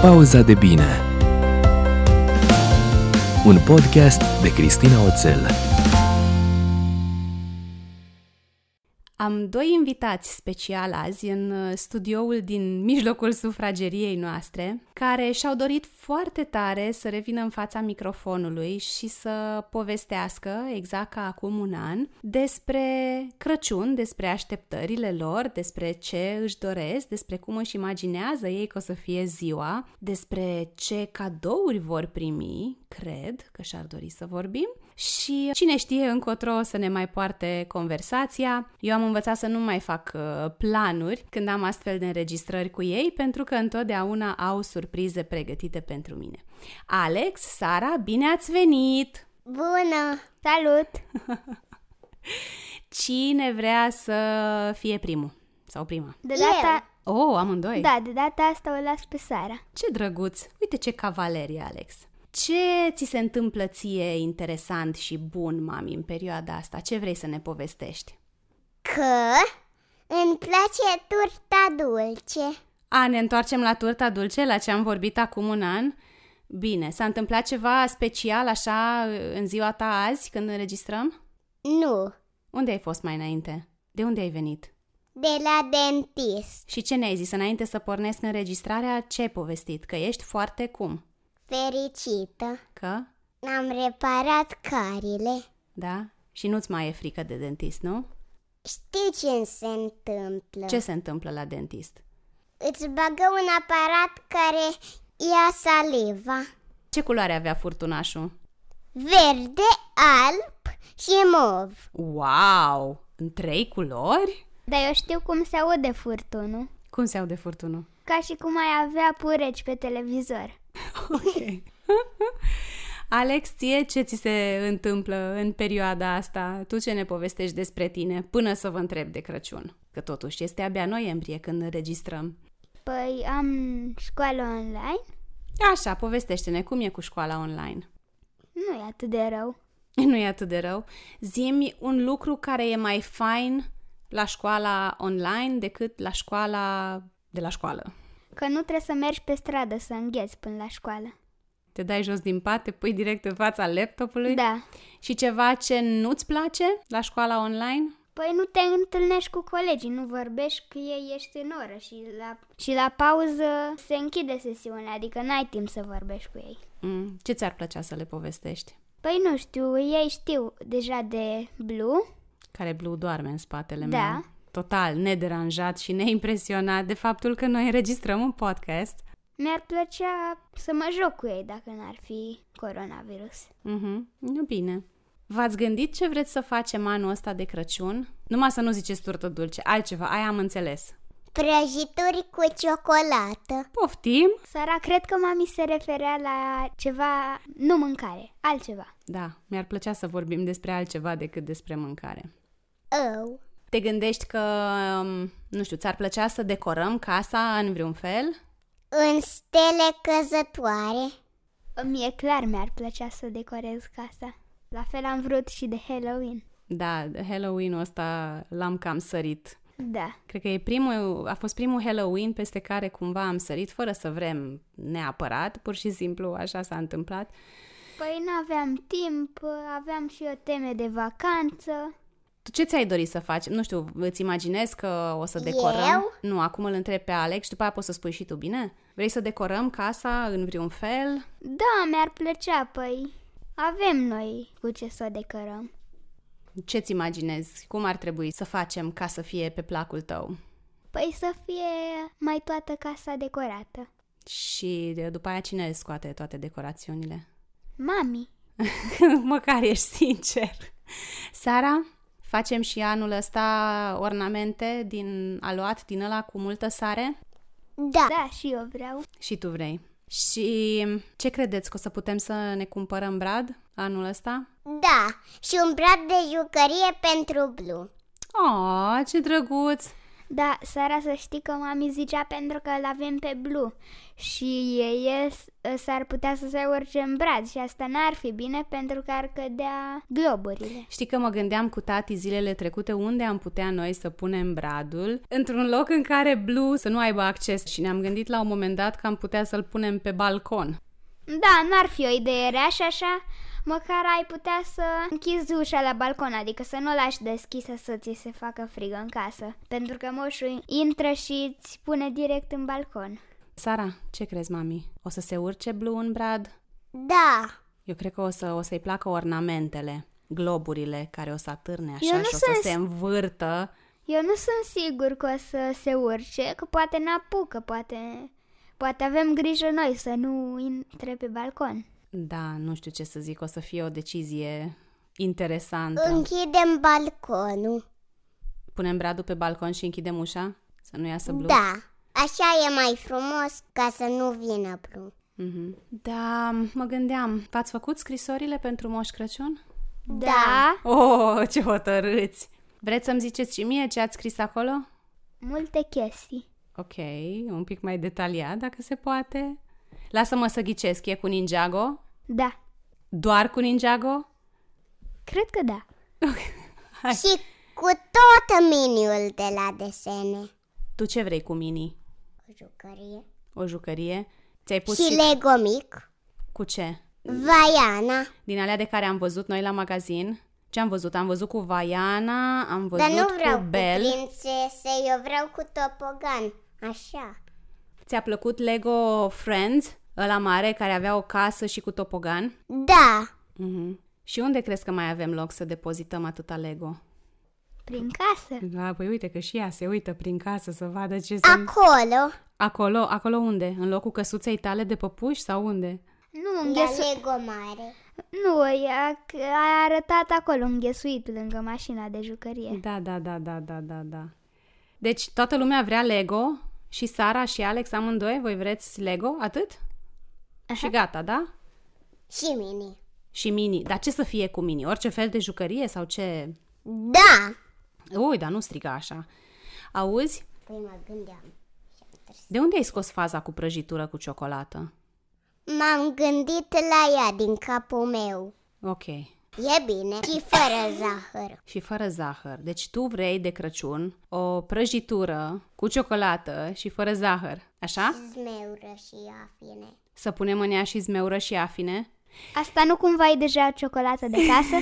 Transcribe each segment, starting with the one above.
Pauza de bine Un podcast de Cristina Oțel Am doi invitați special azi în uh, studioul din mijlocul sufrageriei noastre, care și-au dorit foarte tare să revină în fața microfonului și să povestească, exact ca acum un an, despre Crăciun, despre așteptările lor, despre ce își doresc, despre cum își imaginează ei că o să fie ziua, despre ce cadouri vor primi, cred că și-ar dori să vorbim, și cine știe încotro o să ne mai poarte conversația. Eu am învățat să nu mai fac uh, planuri când am astfel de înregistrări cu ei, pentru că întotdeauna au surprize pregătite pentru mine. Alex, Sara, bine ați venit! Bună! Salut! Cine vrea să fie primul sau prima? De Eu. data, Oh, amândoi! da, de data asta o las pe Sara. Ce drăguț! Uite ce cavalerie, Alex! Ce ți se întâmplă ție interesant și bun, mami, în perioada asta? Ce vrei să ne povestești? Că îmi place turta dulce. A, ne întoarcem la turta dulce, la ce am vorbit acum un an. Bine, s-a întâmplat ceva special așa în ziua ta azi când înregistrăm? Nu, Unde ai fost mai înainte? De unde ai venit? de la dentist. Și ce ne-ai zis înainte să pornesc înregistrarea? Ce ai povestit? Că ești foarte cum? Fericită. Că? Am reparat carile. Da? Și nu-ți mai e frică de dentist, nu? Știi ce îmi se întâmplă? Ce se întâmplă la dentist? Îți bagă un aparat care ia saliva. Ce culoare avea furtunașul? Verde, alb și mov. Wow! În trei culori? Dar eu știu cum se aude furtunul. Cum se aude furtunul? Ca și cum ai avea pureci pe televizor. Ok. Alex, ție ce ți se întâmplă în perioada asta? Tu ce ne povestești despre tine până să vă întreb de Crăciun? Că totuși este abia noiembrie când înregistrăm. Păi am școală online. Așa, povestește-ne cum e cu școala online. Nu e atât de rău. Nu e atât de rău. Zimi un lucru care e mai fain la școala online decât la școala de la școală. Că nu trebuie să mergi pe stradă să îngheți până la școală. Te dai jos din pat, te pui direct în fața laptopului. Da. Și ceva ce nu-ți place la școala online? Păi nu te întâlnești cu colegii, nu vorbești că ei ești în oră și la, și la pauză se închide sesiunea, adică n-ai timp să vorbești cu ei. Mm, ce ți-ar plăcea să le povestești? Păi nu știu, ei știu deja de Blue, Care Blue doarme în spatele Da. meu. Total nederanjat și neimpresionat de faptul că noi înregistrăm un podcast. Mi-ar plăcea să mă joc cu ei dacă n-ar fi coronavirus. Mhm, e bine. V-ați gândit ce vreți să facem anul ăsta de Crăciun? Numai să nu ziceți turtă dulce, altceva, aia am înțeles. Prăjituri cu ciocolată. Poftim? Sara, cred că mami se referea la ceva, nu mâncare, altceva. Da, mi-ar plăcea să vorbim despre altceva decât despre mâncare. Au. Te gândești că, um, nu știu, ți-ar plăcea să decorăm casa în vreun fel? În stele căzătoare. Mie clar mi-ar plăcea să decorez casa. La fel am vrut și de Halloween. Da, Halloween-ul ăsta l-am cam sărit. Da. Cred că e primul, a fost primul Halloween peste care cumva am sărit fără să vrem neapărat, pur și simplu așa s-a întâmplat. Păi nu aveam timp, aveam și o teme de vacanță. Tu ce ți-ai dorit să faci? Nu știu, îți imaginezi că o să decorăm? Eu? Nu, acum îl întreb pe Alex și după aia poți să spui și tu, bine? Vrei să decorăm casa în vreun fel? Da, mi-ar plăcea, păi avem noi cu ce să o decorăm. Ce-ți imaginezi? Cum ar trebui să facem ca să fie pe placul tău? Păi să fie mai toată casa decorată. Și de- după aia cine scoate toate decorațiunile? Mami, Măcar ești sincer. Sara, facem și anul ăsta ornamente din aluat, din ăla cu multă sare? Da. da, și eu vreau. Și tu vrei. Și ce credeți că o să putem să ne cumpărăm brad anul ăsta? Da. Și un brad de jucărie pentru blu. Oh, ce Ah, drăguț! Da, Sara să știi că mami zicea pentru că îl avem pe Blue și el s- s-ar putea să se urce în brad și asta n-ar fi bine pentru că ar cădea globurile. Știi că mă gândeam cu tati zilele trecute unde am putea noi să punem bradul într-un loc în care Blue să nu aibă acces și ne-am gândit la un moment dat că am putea să-l punem pe balcon. Da, n-ar fi o idee rea și așa măcar ai putea să închizi ușa la balcon, adică să nu o lași deschisă să ți se facă frigă în casă, pentru că moșul intră și îți pune direct în balcon. Sara, ce crezi, mami? O să se urce Blue în brad? Da. Eu cred că o, să, o să-i placă ornamentele, globurile care o să atârne Eu așa nu și o să sunt- se învârtă. Eu nu sunt sigur că o să se urce, că poate n-apucă, poate, poate avem grijă noi să nu intre pe balcon. Da, nu știu ce să zic, o să fie o decizie Da. interesantă. Închidem balconul. Punem bradul pe balcon și închidem ușa? Să nu iasă Blue? Da. Așa e mai frumos ca să nu vină plu. Mhm. Da, mă gândeam, v-ați făcut scrisorile pentru Moș Crăciun? Da. Oh, ce hotărâți! Vreți să-mi ziceți și mie ce ați scris acolo? Multe chestii. Ok, un pic mai detaliat, dacă se poate. Lasă-mă să ghicesc, e cu Ninjago? Da, Doar cu Ninjago? cred că da. Hai. Și cu tot miniul de la desene. Tu ce vrei cu Mini? O jucărie. O jucărie? Ți-ai pus și Lego mic. cu ce? Vaiana. Din alea de care am văzut noi la magazin? Ce am văzut? Am văzut cu Vaiana, am văzut Dar nu vreau cu cu Bel. prințese, eu vreau cu topogan. Așa. Ți-a plăcut Lego Friends, ăla mare care avea o casă și cu topogan? Da. Mhm. Și unde crezi că mai avem loc să depozităm atâta Lego? Prin casă. Da, păi uite că și ea se uită prin casă să vadă ce Acolo. Acolo, acolo unde? În locul căsuței tale de păpuși sau unde? Nu, La înghesu... Lego mare. Nu, a, a arătat acolo înghesuit lângă mașina de jucărie. Da, da, da, da, da, da, da. Deci toată lumea vrea Lego și Sara și Alex amândoi, voi vreți Lego? Atât? Și gata, da? Și mini. Și mini. Dar ce să fie cu mini? Orice fel de jucărie sau ce? Da. Ui, dar nu striga așa. Auzi? Păi mă gândeam. De unde ai scos faza cu prăjitură cu ciocolată? M-am gândit la ea din capul meu. Ok. E bine. Și fără zahăr. Și fără zahăr. Deci tu vrei de Crăciun o prăjitură cu ciocolată și fără zahăr. Așa? Zmeură și afine. Să punem în ea și zmeură și afine. Asta nu cumva e deja ciocolată de casă?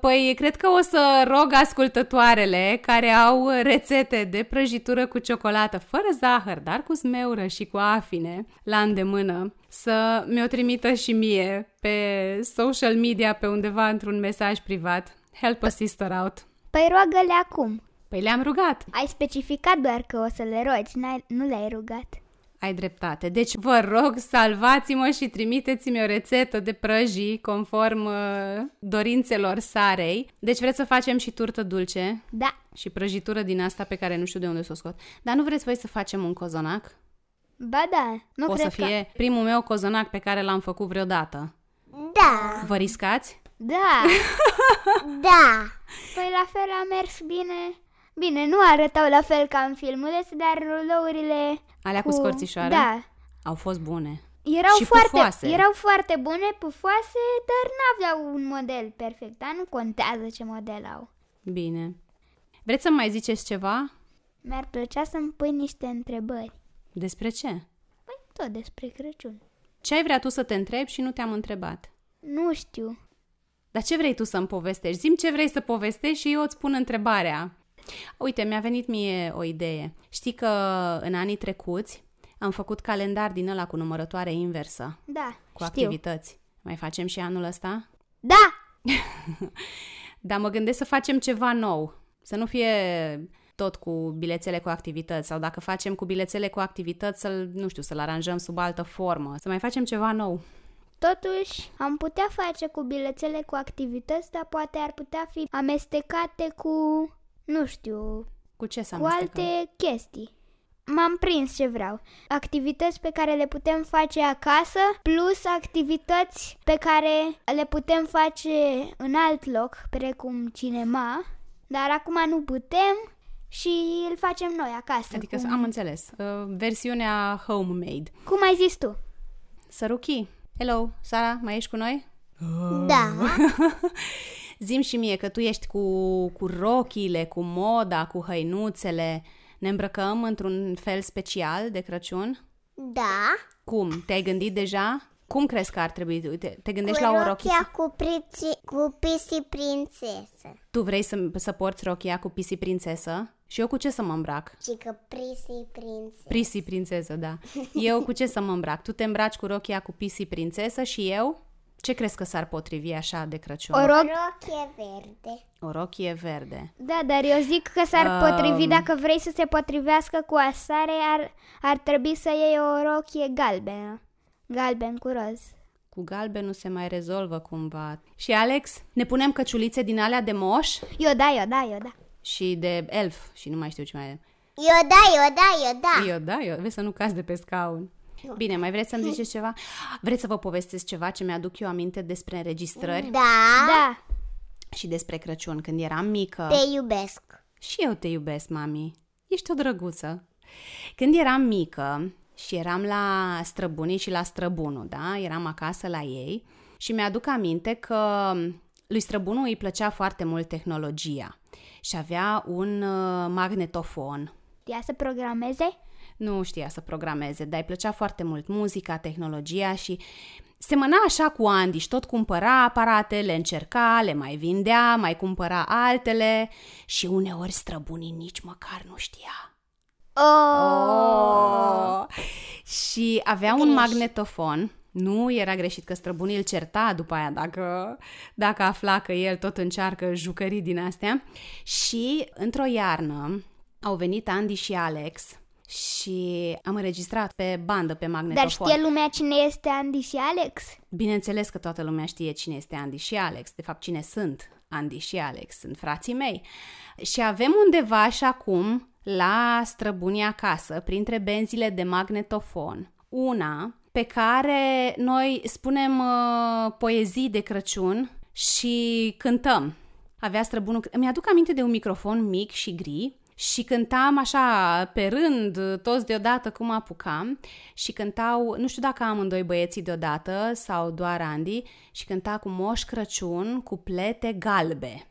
Păi, cred că o să rog ascultătoarele care au rețete de prăjitură cu ciocolată fără zahăr, dar cu zmeură și cu afine la îndemână, să mi-o trimită și mie pe social media, pe undeva într-un mesaj privat. Help a sister out. Păi roagă-le acum. Păi le-am rugat. Ai specificat doar că o să le rogi, n-ai, nu le-ai rugat. Ai dreptate. Deci vă rog, salvați-mă și trimiteți-mi o rețetă de prăjii conform uh, dorințelor Sarei. Deci vreți să facem și turtă dulce? Da, Și prăjitură din asta pe care nu știu de unde să o scot. Dar nu vreți voi să facem un cozonac? ba da, nu o cred să fie primul meu cozonac pe care l-am făcut vreodată. Da. Vă riscați? că... Da, Da. Păi la fel a mers bine. Bine, nu arătau la fel ca în filmuleț, dar rulourile... Alea cu scorțișoare? Da. Au fost bune. Erau Și foarte, pufoase. erau foarte bune, pufoase, dar n-aveau un model perfect, dar nu contează ce model au. Bine. Vreți să mai ziceți ceva? Mi-ar plăcea să-mi pui niște întrebări. Despre ce? Păi tot despre Crăciun. Ce ai vrea tu să te întrebi și nu te-am întrebat? Nu știu. Dar ce vrei tu să-mi povestești? Zim ce vrei să povestești și eu îți pun întrebarea. Uite, mi-a venit mie o idee. Știi că în anii trecuți am făcut calendar din ăla cu numărătoare inversă. Da, cu știu. activități. Mai facem și anul ăsta? Da! Dar mă gândesc să facem ceva nou. Să nu fie tot cu bilețele cu activități sau dacă facem cu bilețele cu activități să-l, nu știu, să-l aranjăm sub altă formă. Să mai facem ceva nou. Totuși, am putea face cu bilețele cu activități, dar poate ar putea fi amestecate cu, nu știu, Cu ce să cu alte chestii. M-am prins ce vreau. Activități pe care le putem face acasă, plus activități pe care le putem face în alt loc, precum cinema, dar acum nu putem și îl facem noi acasă. Adică cum, am înțeles. Uh, versiunea homemade. cum ai zis tu? Săruchi, hello, Sara, mai ești cu noi? Da, Zim și mie că tu ești cu, cu rochile, cu moda, cu hăinuțele. Ne îmbrăcăm într-un fel special de Crăciun? da. Cum? Te-ai gândit deja? Cum crezi că ar trebui? Uite, te gândești cu la o rochie? rochia cu, priți, cu pisi prințesă. Tu vrei să, să porți rochia cu pisi prințesă? Și eu cu ce să mă îmbrac? Și că prisi prințesă. Prisi prințesă, da. Eu cu ce să mă îmbrac? Tu te îmbraci cu rochia cu pisi prințesă și eu? Ce crezi că s-ar potrivi așa de Crăciun? O rog? Rochie verde. o rochie verde. Da, dar eu zic că s-ar potrivi, dacă vrei să se potrivească cu asare, ar, ar trebui să iei o rochie galbenă. Galben cu roz. Cu galben nu se mai rezolvă cumva. Și Alex, ne punem căciulițe din alea de moș Eu da, eu da, eu da. și de elf și nu mai știu ce mai e. Eu da, eu da, eu da. Eu, da, eu. Vezi să nu cazi de pe scaun. Bine, mai vreți să-mi ziceți ceva? Vreți să vă povestesc ceva ce mi-aduc eu aminte despre înregistrări Da, Da. și despre Crăciun când eram mică? te iubesc. Și eu te iubesc, mami. Ești o drăguță. Când eram mică și eram la străbunii și la străbunul, da? Eram acasă la ei și mi-aduc aminte că lui străbunul îi plăcea foarte mult tehnologia și avea un uh, magnetofon. Ia să programeze? Nu știa să programeze, dar îi plăcea foarte mult muzica, tehnologia și semăna așa cu Andy și tot cumpăra aparate, le încerca, le mai vindea, mai cumpăra altele și uneori străbunii nici măcar nu știa. Oh! Și avea un magnetofon. Nu era greșit că străbunii îl certa după aia dacă, dacă afla că el tot încearcă jucării din astea. Și într-o iarnă au venit Andy și Alex și am înregistrat pe bandă, pe magnetofon. Dar știe lumea cine este Andy și Alex? Bineînțeles că toată lumea știe cine este Andy și Alex, de fapt cine sunt Andy și Alex, sunt frații mei. Și avem undeva și acum la străbunii acasă, printre benzile de magnetofon, una pe care noi spunem uh, poezii de Crăciun și cântăm. Avea străbunul... Mi-aduc aminte de un microfon mic și gri și cântam așa pe rând, toți deodată cum apucam și cântau, nu știu dacă amândoi băieții deodată sau doar Andy, și cânta cu Moș Crăciun cu plete galbe.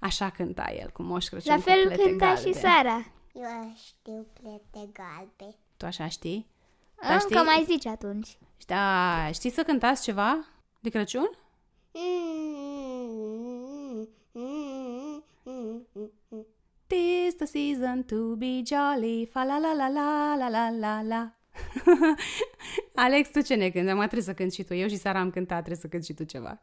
Așa cânta el, cu Moș Crăciun La cu fel plete cânta galbe. și Sara. Eu știu plete galbe. Tu așa știi? Dar știi? Încă mai zici atunci. Da, știi să cântați ceva de Crăciun? Tis the season to be jolly, fa la la la la la la la la. Alex, tu ce ne cânti? Acum trebuie să cânt și tu. Eu și Sara am cântat, trebuie să cânt și tu ceva.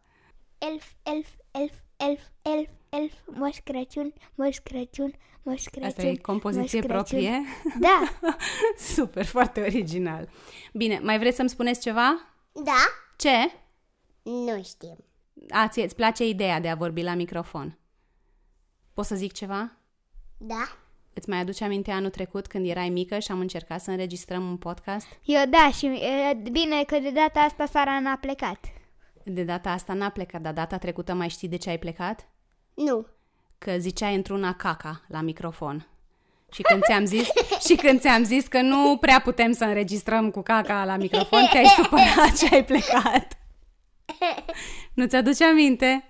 Elf, elf, elf, elf, elf, elf, Moș Crăciun, Moș Crăciun, Moș Deci Crăciun. Asta e compoziție Moș Crăciun. proprie. Da, Super, foarte original. Bine, mai vreți să-mi spuneți ceva? Da? Ce? Nu știm. A, ție, îți place ideea de a vorbi la microfon. Poți să zic ceva? Da? Îți mai aduce aminte anul trecut când erai mică și am încercat să înregistrăm un podcast? eu da și e, bine că de data asta Sara n-a plecat. De data asta n-a plecat, dar data trecută mai știi de ce ai plecat? Nu. Că ziceai într-una caca la microfon. Și când ți-am zis, și când ți-am zis că nu prea putem să înregistrăm cu caca la microfon, te-ai supărat și ai plecat. Nu ți-aduce aminte?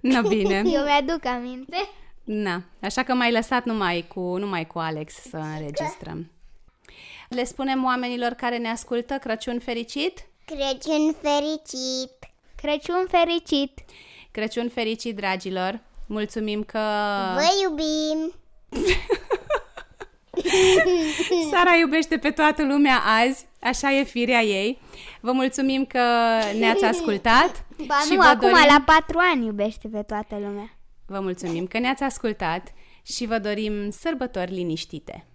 Na bine. Eu mi-aduc aminte. Na, așa că m-ai lăsat numai cu, numai cu Alex să înregistrăm. Le spunem oamenilor care ne ascultă Crăciun fericit? Crăciun fericit! Crăciun fericit! Crăciun fericit, dragilor! Mulțumim că... Da. Vă iubim! Sara iubește pe toată lumea azi, așa e firea ei. Vă mulțumim că ne-ați ascultat. Ba și nu, vă acum dorim... la patru ani iubește pe toată lumea. Vă mulțumim că ne-ați ascultat și vă dorim sărbători liniștite.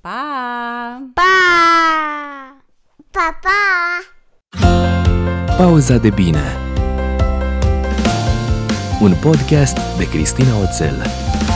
Pa! Pa! Pa, pa! Pauza de bine. Un podcast de Cristina Oțel.